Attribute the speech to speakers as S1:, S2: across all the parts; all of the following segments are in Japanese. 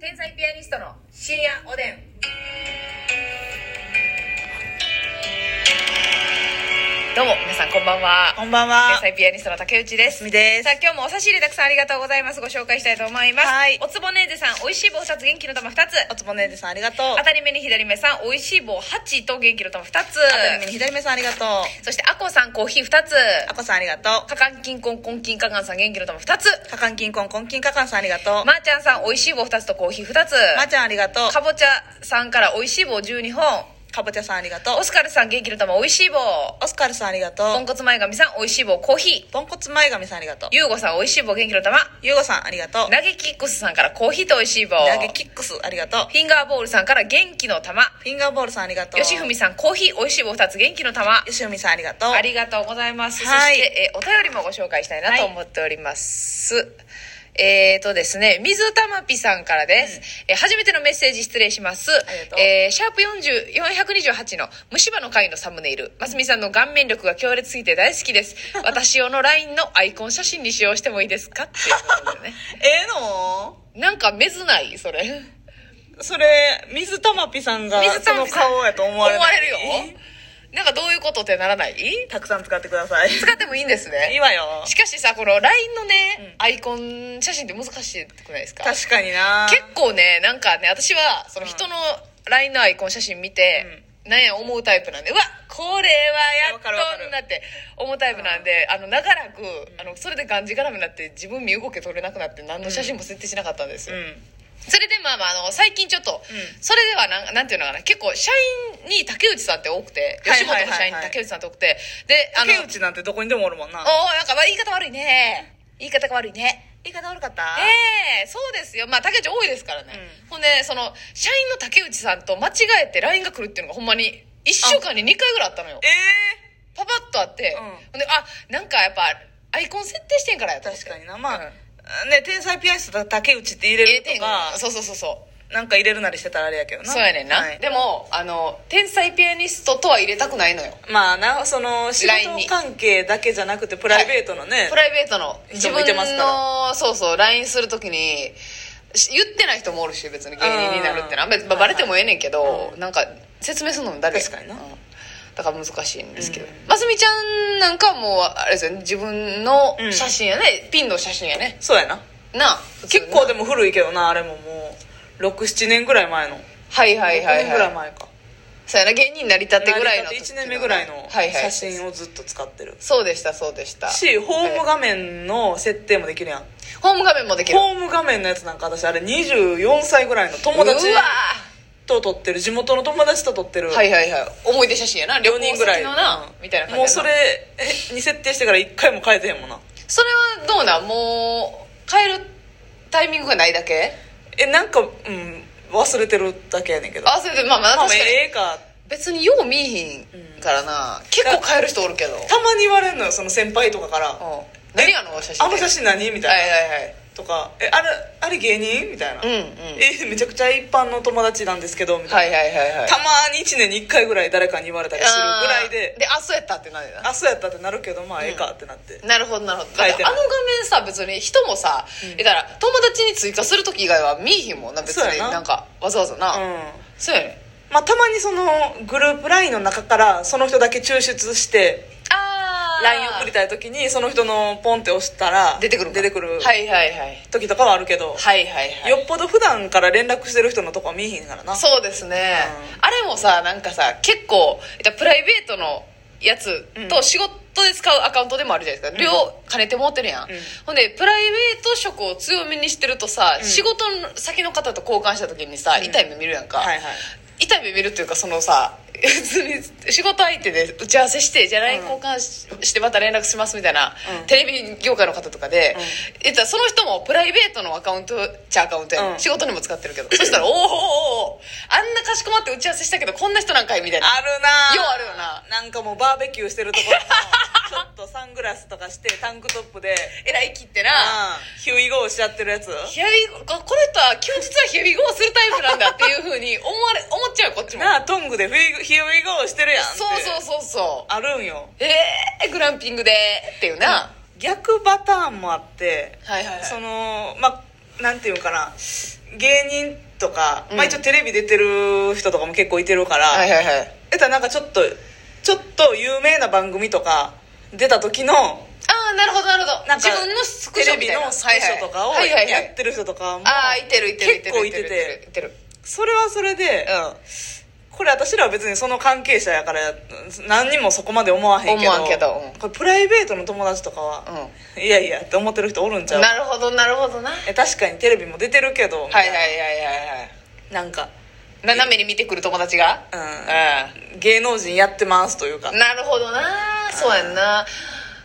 S1: 天才ピアニストの深夜おでんどうも皆さんこんばんは
S2: こんばん
S1: 天
S2: は。
S1: 才ピアニストの竹内です
S2: みです
S1: さあ今日もお差し入れたくさんありがとうございますご紹介したいと思います、
S2: はい
S1: おつぼねーぜさん美味しい棒2つ元気の玉2つ
S2: おつぼねえでさんありがとう。
S1: 当たり目に左目さん美味しい棒8と元気の玉2つ
S2: 当たり目に左目さんありがとう。
S1: そしてあこさんコーヒー2つ
S2: あこさんありがと
S1: かかんきんこんこんきんかがんさん元気の玉2つ
S2: う。かかんきんこんこんきんかかんさんありがとう。
S1: ま
S2: ま
S1: ー、ちゃんさん美味しい棒2つとコーヒー2つ
S2: ーちゃんありがとう。
S1: かぼちゃさんから美味しい棒12本
S2: かぼちゃさんありがとう
S1: オ。スカルさん元気の玉美味しい棒
S2: オスカルさんありがと
S1: ポン
S2: う。
S1: コツ前髪さん美味しい棒コーヒー
S2: ポンコツ前髪さんありがとう。
S1: ゆうごさん美味しい棒元気の玉
S2: ゆうごさんありがとう。
S1: 投げキックスさんからコーヒーと美味しい棒
S2: 投げキックスありがとう。
S1: フィンガーボールさんから元気の玉
S2: フィンガーボールさんありがとう。
S1: よしふみさんコーヒー美味しい棒2つ元気の玉
S2: よしふみさんありがとう。
S1: ありがとうございます、
S2: はい
S1: そして、えーお便りもご紹介したいなと思っております、えーとですね、水たまぴさんからです、えー初めてのメッセージ失礼します
S2: りがと。う
S1: えーシャープ40 428の虫歯の会のサムネイル。ますみさんの顔面力が強烈すぎて大好き です。私用の LINE のアイコン写真に使用してもいいですかっていうことで ね。
S2: ええの
S1: なんかめずないそれ。
S2: それ、水たまぴさんが、
S1: 水
S2: そ
S1: たま
S2: の
S1: ぴさん
S2: 顔やと思われる。
S1: 思われるよ。なんかどういうことってならない
S2: たくさん使ってください。
S1: 使ってもいいんですね
S2: いい。わよ。
S1: しかしさこの LINE のね、アイコン写真って難しくないですか
S2: 確かにな
S1: 結構ねなんかね私はその
S2: うん
S1: 人の LINE のアイコン写真見て、なんや思うタイプなんでうわこれはやっ
S2: わかるわか
S1: と
S2: る
S1: んなって思うタイプなんであの長らくあのそれでがんじがらめになって自分身動き取れなくなって何の写真も設定しなかったんです
S2: う
S1: よ、
S2: ん。
S1: それでまあまああの最近ちょっと、
S2: ん
S1: それではなんなんていうのかな結構社員に竹内さんって多くて
S2: はい
S1: 吉本
S2: はいはいはい
S1: の社員に竹内さんって多くてであの
S2: 竹内なんてどこにでもおるもんな。
S1: おーなんかまあ言い方悪いね言い方が悪いね
S2: 言い方悪かった
S1: ええそうですよまあ竹内多いですからね、ほんでその社員の竹内さんと間違えて LINE が来るっていうのがほんまに1週間に2回ぐらいあったのよ
S2: ええ
S1: パパッとあって、
S2: うん
S1: ほんであなんかやっぱアイコン設定してんからやと思って
S2: 確かになまあ、
S1: うん
S2: ね天才ピアニスト竹内って入れ
S1: A
S2: ると
S1: 点
S2: か
S1: がそうそうそうそう
S2: なんか入れるなりしてたらあれやけどな
S1: そうやねんな、
S2: はい
S1: でもあの天才ピアニストとは入れたくないのよ
S2: まあなその仕
S1: LINE に
S2: 事関係だけじゃなくてプライベートのね、
S1: プライベートの自
S2: 人
S1: 分
S2: もいてますから
S1: のそうそう LINE するときにし言ってない人もおるし別に芸人になるってのは、
S2: うん
S1: まあ、バレてもええねんけど、
S2: う
S1: なんか説明するのも誰や
S2: 確かにな
S1: うんだから難しいんですけど、ますみちゃんなんかはもうあれですよね自分の
S2: うん
S1: 写真やね、ピンの写真やね
S2: そうやな
S1: なあ
S2: 結構でも古いけどなあれももう67年ぐらい前の
S1: はいはいはい
S2: 6年ぐら
S1: はいい
S2: 前か
S1: そうやな芸人になりたてぐらいの
S2: 1年目ぐらいの
S1: はいはい
S2: 写真をずっと使ってる、
S1: そうでしたそうでした
S2: しホーム画面の設定もできるやん、
S1: ホーム画面もできる
S2: ホーム画面のやつなんか私あれ24歳ぐらいの友達
S1: うわ
S2: と撮ってる地元の友達と撮ってる
S1: ーはいはいはい思い出写真やな旅
S2: 4
S1: 行
S2: 人
S1: 先
S2: ぐらい
S1: のな、
S2: うん
S1: みたいな感じやな
S2: もうそれえに設定してから1回も変えてへんもんな
S1: それはどうなんもう変えるタイミングがないだけ
S2: えなんかうん忘れてるだけやねんけど
S1: あそれでまあまあ
S2: まあ
S1: 確かに
S2: ええか
S1: 別によう見えひんからな、結構変える人おるけど、うん、
S2: たまに言われるのよその先輩とかから「
S1: 何あの写真
S2: あの写真何?」みた
S1: はい
S2: いな、
S1: はいはい
S2: とか「えあれあれ芸人?」みたいな「
S1: うんうん
S2: えめちゃくちゃ一般の友達なんですけど」みたい
S1: はいはいはいは
S2: な、
S1: い
S2: たまに1年に1回ぐらい誰かに言われたりするぐらい
S1: あ
S2: で
S1: ーであそうやったってなんで
S2: 「
S1: な
S2: あそうやった」ってなるけどまあええかってなって、
S1: なるほどなるほどだ
S2: 変え
S1: ってて
S2: な
S1: あ
S2: い
S1: の画面さ別に人もさ、だから友達に追加する時以外は見えひんもんな別
S2: そう
S1: に
S2: やな
S1: なんかわざわざな、
S2: うん
S1: そうやね
S2: まあ、たまにそのグループ LINE の中からその人だけ抽出して
S1: ああ
S2: LINE 送りたい時にその人のポンって押したら
S1: 出てくるんか
S2: 出てくる
S1: はいはいはい
S2: 時とかはあるけど、
S1: はいはいはい
S2: よっぽど普段から連絡してる人のとこは見えへんからな
S1: そうですね、あれもさなんかさ結構えっとプライベートのやつ
S2: う
S1: と
S2: ん
S1: 仕事で使うアカウントでもあるじゃないですか、両兼ねて持ってるやん、
S2: うん
S1: ほんでプライベート色を強めにしてるとさ、仕事の先の方と交換した時にさ、痛い目見るやんか、
S2: はいはい
S1: 痛い目見るっていうかそのさ普通に仕事相手で打ち合わせしてじゃあ LINE
S2: うん
S1: 交換し,、てまた連絡しますみたいな、
S2: うん
S1: テレビ業界の方とかで、
S2: うん
S1: 言ったらその人もプライベートのアカウントちゃアカウントやね、
S2: うん
S1: 仕事にも使ってるけどそしたら「おーおーおーあんなかしこまって打ち合わせしたけどこんな人なんかい」みたいな
S2: あるな
S1: ようあるよな
S2: なんかもうバーベキューしてるところ のちょっとサングラスとかしてタンクトップで
S1: えらい切ってな
S2: あヒューイゴーしちゃってるやつ
S1: ヒヤリここの人は休日はヒヤリゴーするタイプなんだっていうふうに思われ思っちゃうこっちも
S2: なあトングでフィヒューイゴーしてるやんって
S1: そうそうそうそう
S2: あるんよ
S1: ええグランピングでっていうな、
S2: 逆パターンもあって
S1: はいはいはい
S2: そのまあなんていうんかな芸人とか、
S1: うん
S2: まあ、一応テレビ出てる人とかも結構いてるから、
S1: はいはいはい
S2: えたらなんかちょっとちょっと有名な番組とか出た時の
S1: ああなるほどなるほど
S2: なんか
S1: 自分のスク
S2: テ
S1: ショ
S2: レ
S1: み
S2: ビ
S1: たいな
S2: のスクショとかを
S1: はいはいはいはいは
S2: やっ
S1: い
S2: てる人とかも
S1: ああいてるいてるいてる
S2: 結構いてて
S1: いてるいて
S2: それはそれで
S1: るうん
S2: これ私らは別にその関係者やから何にもそこまで思わへんけど
S1: 思わんけどうん
S2: これプライベートの友達とかは、
S1: う
S2: いやいやって思ってる人おるんちゃ
S1: ん
S2: う
S1: なるほどなるほどなはい
S2: え確かにテレビも出てるけど、
S1: はいはいはいはい
S2: なんか
S1: 斜めに見てくる友達が
S2: うん
S1: う
S2: 芸能人やってますというか
S1: んなるほどなそうやんな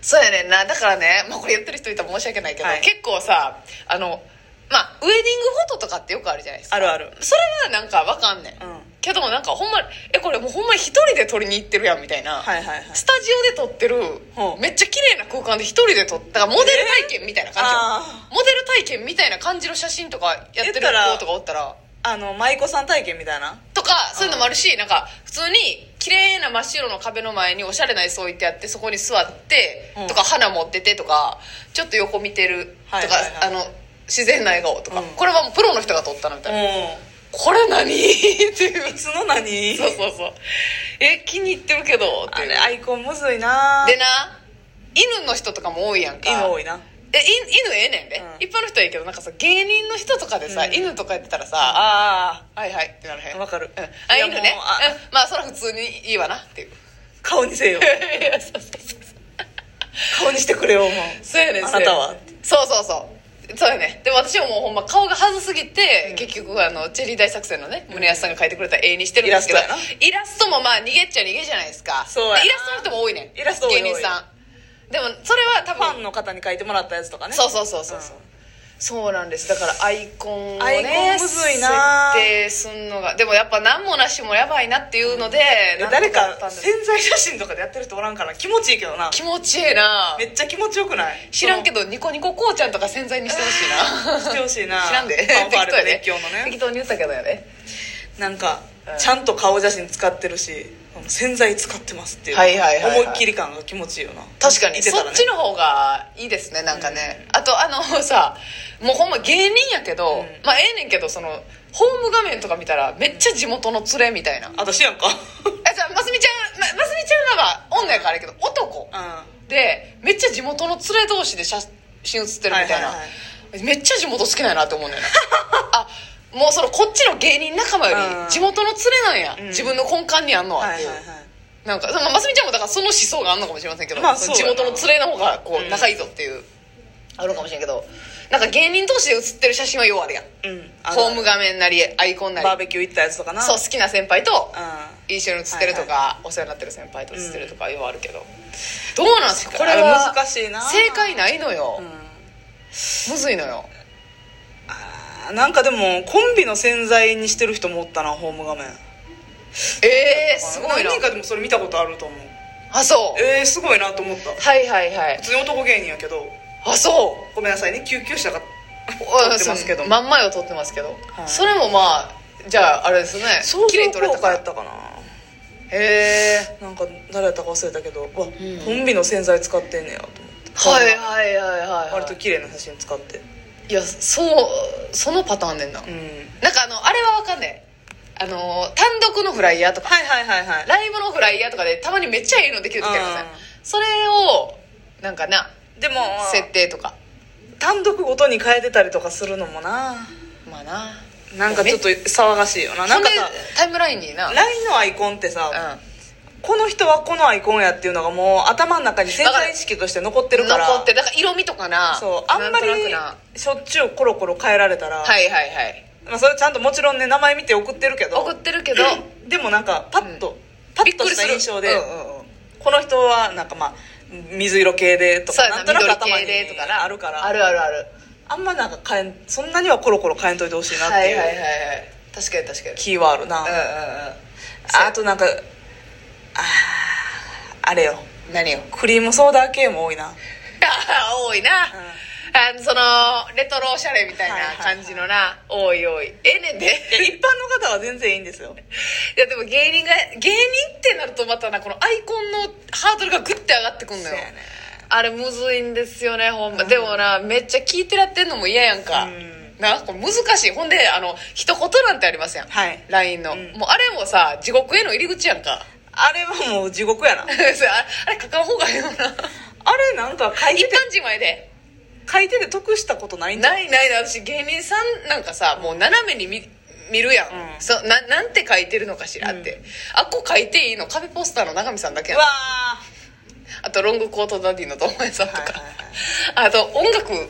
S1: そうやねんなだからね、まあ、これやってる人いたら申し訳ないけど、
S2: はい
S1: 結構さあのまあウェディングフォトとかってよくあるじゃないですか
S2: あるある
S1: それはなんかわかんねん、
S2: うん
S1: けどもなんかほんまえこれもうほんまに一人で撮りに行ってるやんみたいな、
S2: はいはいはい
S1: スタジオで撮ってる
S2: ほう
S1: めっちゃ綺麗な空間で一人で撮っただからモデル体験みたいな感じよ、
S2: あ
S1: モデル体験みたいな感じの写真とかやってる
S2: やったら
S1: 子とかおったら
S2: あの舞妓さん体験みたいな
S1: とかそういうのもあるし、なんか普通に綺麗な真っ白の壁の前におしゃれな椅子置いてあってそこに座って、
S2: うん
S1: とか花持っててとかちょっと横見てるとか、
S2: はいはいはい
S1: あの自然な笑顔とか、
S2: うん
S1: これはもうプロの人が撮ったのみたいな、
S2: う
S1: これ何 ってい
S2: んいうつの何
S1: そうそうそうえ気に入ってるけどって
S2: あ
S1: いう
S2: れアイコンむずいな
S1: でな犬の人とかも多いやんか
S2: 犬多いな
S1: えい犬ええねんで、
S2: うん
S1: 一般の人はいいけどなんかさ芸人の人とかでさ、
S2: うん
S1: 犬とかやってたらさ、あ
S2: あ
S1: あはいはいってなるへん
S2: あわかる
S1: うん、あ
S2: いや
S1: 犬ね
S2: もうあ
S1: うんまあそれは普通にいいわなっていう
S2: 顔にせよ
S1: いやそうそうそう
S2: 顔にしてくれよもう
S1: そうやねん
S2: あなたは
S1: そうそうそうそうやねでも私はもうほんま顔がはずすぎて、結局あのチェリー大作戦のね宗安さんが描いてくれた絵にしてるんですけど
S2: イラスト
S1: イラストもまあ逃げっちゃ逃げじゃないですか
S2: そうやな
S1: でイラストの人も多いねん
S2: イラスト多い多い
S1: 芸人さんでもそれは多
S2: フ
S1: 分
S2: ァンの方に書いてもらったやつとかね
S1: そうそうそうそうそう、
S2: うん
S1: そうなんですだからアイコンをね
S2: アイコンむずい
S1: 設
S2: な
S1: 定すんのがでもやっぱ何もなしもやばいなっていうので、
S2: え
S1: なんと
S2: 誰
S1: や
S2: か
S1: ったんです
S2: 潜在写真とかでやってる人おらんから気持ちいいけどな
S1: 気持ちええな
S2: めっちゃ気持ちよくない
S1: 知らんけどニコニコこうちゃんとか洗剤にしてほしい
S2: ど
S1: な
S2: してほしい な
S1: 知らんで
S2: ファンファーレと熱
S1: 適
S2: 狂の
S1: 当や適
S2: ね
S1: 当に言ったけどやね
S2: なんか
S1: うん
S2: ちゃんと顔写真使ってるし洗剤使ってますっていう
S1: はいはいはいはい
S2: 思いっきり感が気持ちいいよな
S1: 確かに、
S2: 見てた
S1: そ
S2: ら
S1: っ
S2: ね
S1: ちの方がいいですねなんかね、あとあの さもうほんま芸人やけど、
S2: うん
S1: まあええねんけどそのホーム画面とか見たらめっちゃ地元の連れみたいな、
S2: 私やん か
S1: えじゃあますみちゃんまますみちゃんらは女やからあれやけど男
S2: う
S1: でめっちゃ地元の連れ同士で写真写ってるみたいな、
S2: はいは
S1: めっちゃ地元好きなんやなって思うねんなあもうそのこっちの芸人仲間よ
S2: うん
S1: り地元の連れなんや、
S2: うん
S1: 自分の根幹にあんの
S2: ん
S1: はっ
S2: は
S1: て
S2: いはい
S1: いう、
S2: はい
S1: なんかまあますみちゃんもだからその思想があんのかもしれませんけど、
S2: まあ
S1: そ
S2: そう
S1: の
S2: や
S1: 地
S2: な
S1: 元の連れの方がこ
S2: う
S1: うん仲いいぞっていう、あるのかもしれんけどなんか芸人同士で写ってる写真はようあるやん
S2: うんあの
S1: ホーム画面なりアイコンなり
S2: バーベキュー行ったやつとかな
S1: そう好きな先輩と
S2: うん
S1: 一緒に写ってるとか、お世話になってる先輩と写ってるとかようあるけど、どうなんですか
S2: これは難しいな
S1: 正解ないのよ、
S2: うん
S1: むずいのよ
S2: あーなんかでもコンビの洗剤にしてる人もおったなホーム画面
S1: えー、すごいな
S2: 何人かでもそれ見たことあると思う
S1: あそう
S2: えー、すごいなと思った
S1: はいはいはい
S2: 普通に男芸人やけど
S1: あそう
S2: ごめんなさいね救急車が
S1: 撮
S2: ってますけど
S1: 真ん前を撮ってますけど、
S2: はい
S1: それもまあじゃああれですね綺麗に撮れたか
S2: からやったかな
S1: へえ
S2: なんか誰やったか忘れたけどわ、
S1: ん
S2: コンビの洗剤使ってんねやと思って
S1: はいはいはいはい、
S2: 割と
S1: は
S2: 綺麗な写真使って
S1: い、いやそうそのパターンねんな、
S2: うん
S1: なんかあのあれはわかんないあのー単独のフライヤーとか
S2: はいはいはいはい
S1: ライブのフライヤーとかでたまにめっちゃいいのできる時ありません
S2: うん
S1: それをなんかな
S2: でも
S1: 設定とか
S2: 単独ごとに変えてたりとかするのもな
S1: まあな
S2: なんかちょっと騒がしいよななんか
S1: ほ
S2: さ
S1: んでタイムラインにな
S2: LINE のアイコンってさ、
S1: うん
S2: この人はこのアイコンやっていうのがもう頭の中に潜在意識として残ってるから
S1: 残ってるだから色味とかな
S2: そうあんまり
S1: なんとなくな
S2: しょっちゅうコロコロ変えられたら、
S1: はいはいはい
S2: まあ、それちゃんともちろんね名前見て送ってるけど
S1: 送ってるけど、
S2: うんでもなんかパッと、パ
S1: びっ
S2: ッと
S1: くり
S2: した
S1: する
S2: 印象で、
S1: うんうんうん
S2: この人はなんかまあ水色系でと
S1: そう
S2: か
S1: やな
S2: なんとなく頭
S1: 緑系で
S2: に
S1: とかな
S2: あるから
S1: あるあるある
S2: あんまなんか変えんそんなにはコロコロ変えんといてほしいなっ
S1: は
S2: てい
S1: いは
S2: う、
S1: いはいはい確かに確かに
S2: キーワードな、
S1: うんうんうん
S2: あとなんかあーあれよ
S1: 何を
S2: クリームソーダ系も多いな
S1: 多いな、あのそのレトロおしゃれみたい
S2: はいはい
S1: な
S2: はい
S1: 感じのな、多い多いええねんで
S2: いや一般の方は全然いいんですよ
S1: いやでも芸人が芸人ってなるとまたなこのアイコンのハードルがグッて上がってくんのよ
S2: そうやね
S1: あれむずいんですよねほんま、でもなめっちゃ聞いてらってんのも嫌やんか、
S2: うん
S1: なこれ難しいほんであの一言なんてありません、
S2: はい
S1: LINE の、
S2: うん
S1: もうあれもさ地獄への入り口やんか
S2: あれはもう地獄やな
S1: それ ああれ書かん方がい いよな
S2: あれなんか書い
S1: 一
S2: てて
S1: 般人前で
S2: 書いてて得したことないんじゃん
S1: ないないない私芸人さんなんかさもう斜めに見見るやん、
S2: うん
S1: そななんて書いてるのかしらって、あっこ書いていいの壁ポスターの永見さんだけ
S2: う
S1: やん
S2: わ
S1: あとロングコートダディの堂前さんとか、
S2: はいは い
S1: あと音楽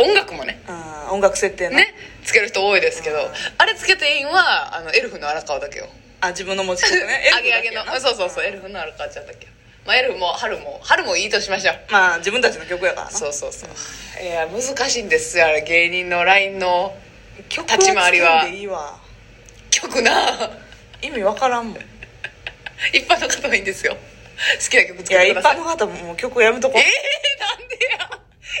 S1: 音楽もね
S2: ーうん音楽設定の、
S1: ねつける人多いですけど、
S2: うん
S1: あれつけていいんはあのエルフの荒川だけよ
S2: あ自分の持ち方ね
S1: あげあげの
S2: エルフだけやな
S1: そうそうそうエルフの荒川ちゃんだけよ、まあ、エルフも春も春もいいとしましょう
S2: まあ自分たちの曲やからな
S1: そうそうそういや難しいんですよあれ芸人の LINE の
S2: 曲
S1: 立ち回りは
S2: 作んでいいわ
S1: 曲な
S2: 意味わからんもんい
S1: 一般の方もいいんですよ好きな曲作っ
S2: や
S1: て
S2: 一
S1: ください
S2: 般の方ももう曲やめとこ
S1: え
S2: う
S1: ー、なんでや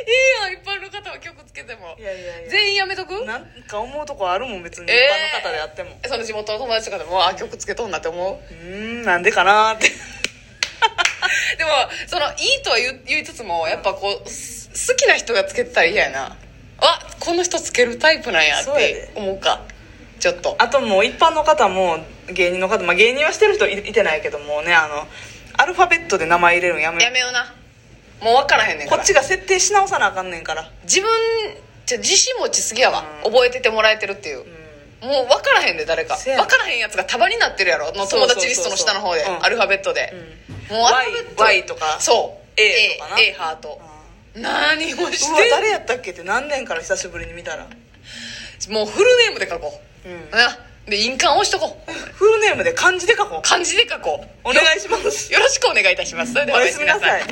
S1: いいやん一般の方は曲つけても
S2: いやいやいや
S1: 全員やめとく
S2: なんか思うとこあるもん別に一
S1: えー
S2: 般の方であっても、
S1: その地元の友達とかでもあ曲つけとんなって思う
S2: うーんなんでかなーって
S1: でもそのいいとは言う言いつつもやっぱこうす好きな人がつけてたら嫌やなあこの人つけるタイプなんやっ
S2: そうや
S1: て
S2: で
S1: 思うかちょっと
S2: あともう一般の方も芸人の方、まあ、芸人はしてる人いいてないけどもねあのアルファベットで名前入れるのやめ
S1: やめようなもう分からへんねんか
S2: こ
S1: ら
S2: っちが設定し直さなあかんねんから
S1: 自分じゃ自信持ちすぎやわ
S2: うん
S1: 覚えててもらえてるっていう、もう分からへんで誰か
S2: せや
S1: 分
S2: な
S1: からへんやつが束になってるやろの
S2: そ
S1: 友
S2: うそうそうそう
S1: 達リストの下の方で
S2: うん
S1: アルファベットで、もうアルファベット
S2: Y Y とか
S1: そう
S2: A とかな
S1: A, A ハート
S2: あ
S1: 何を
S2: ー
S1: し
S2: うわ
S1: てん
S2: 誰やったっけって何年から久しぶりに見たら、
S1: もうフルネームで書こう、
S2: うん
S1: なで印鑑押しとこう
S2: フルネームで漢字で書こう
S1: 漢字で書こう
S2: お願いします
S1: よろしくお願いいたしますそれでは
S2: おやすみなさい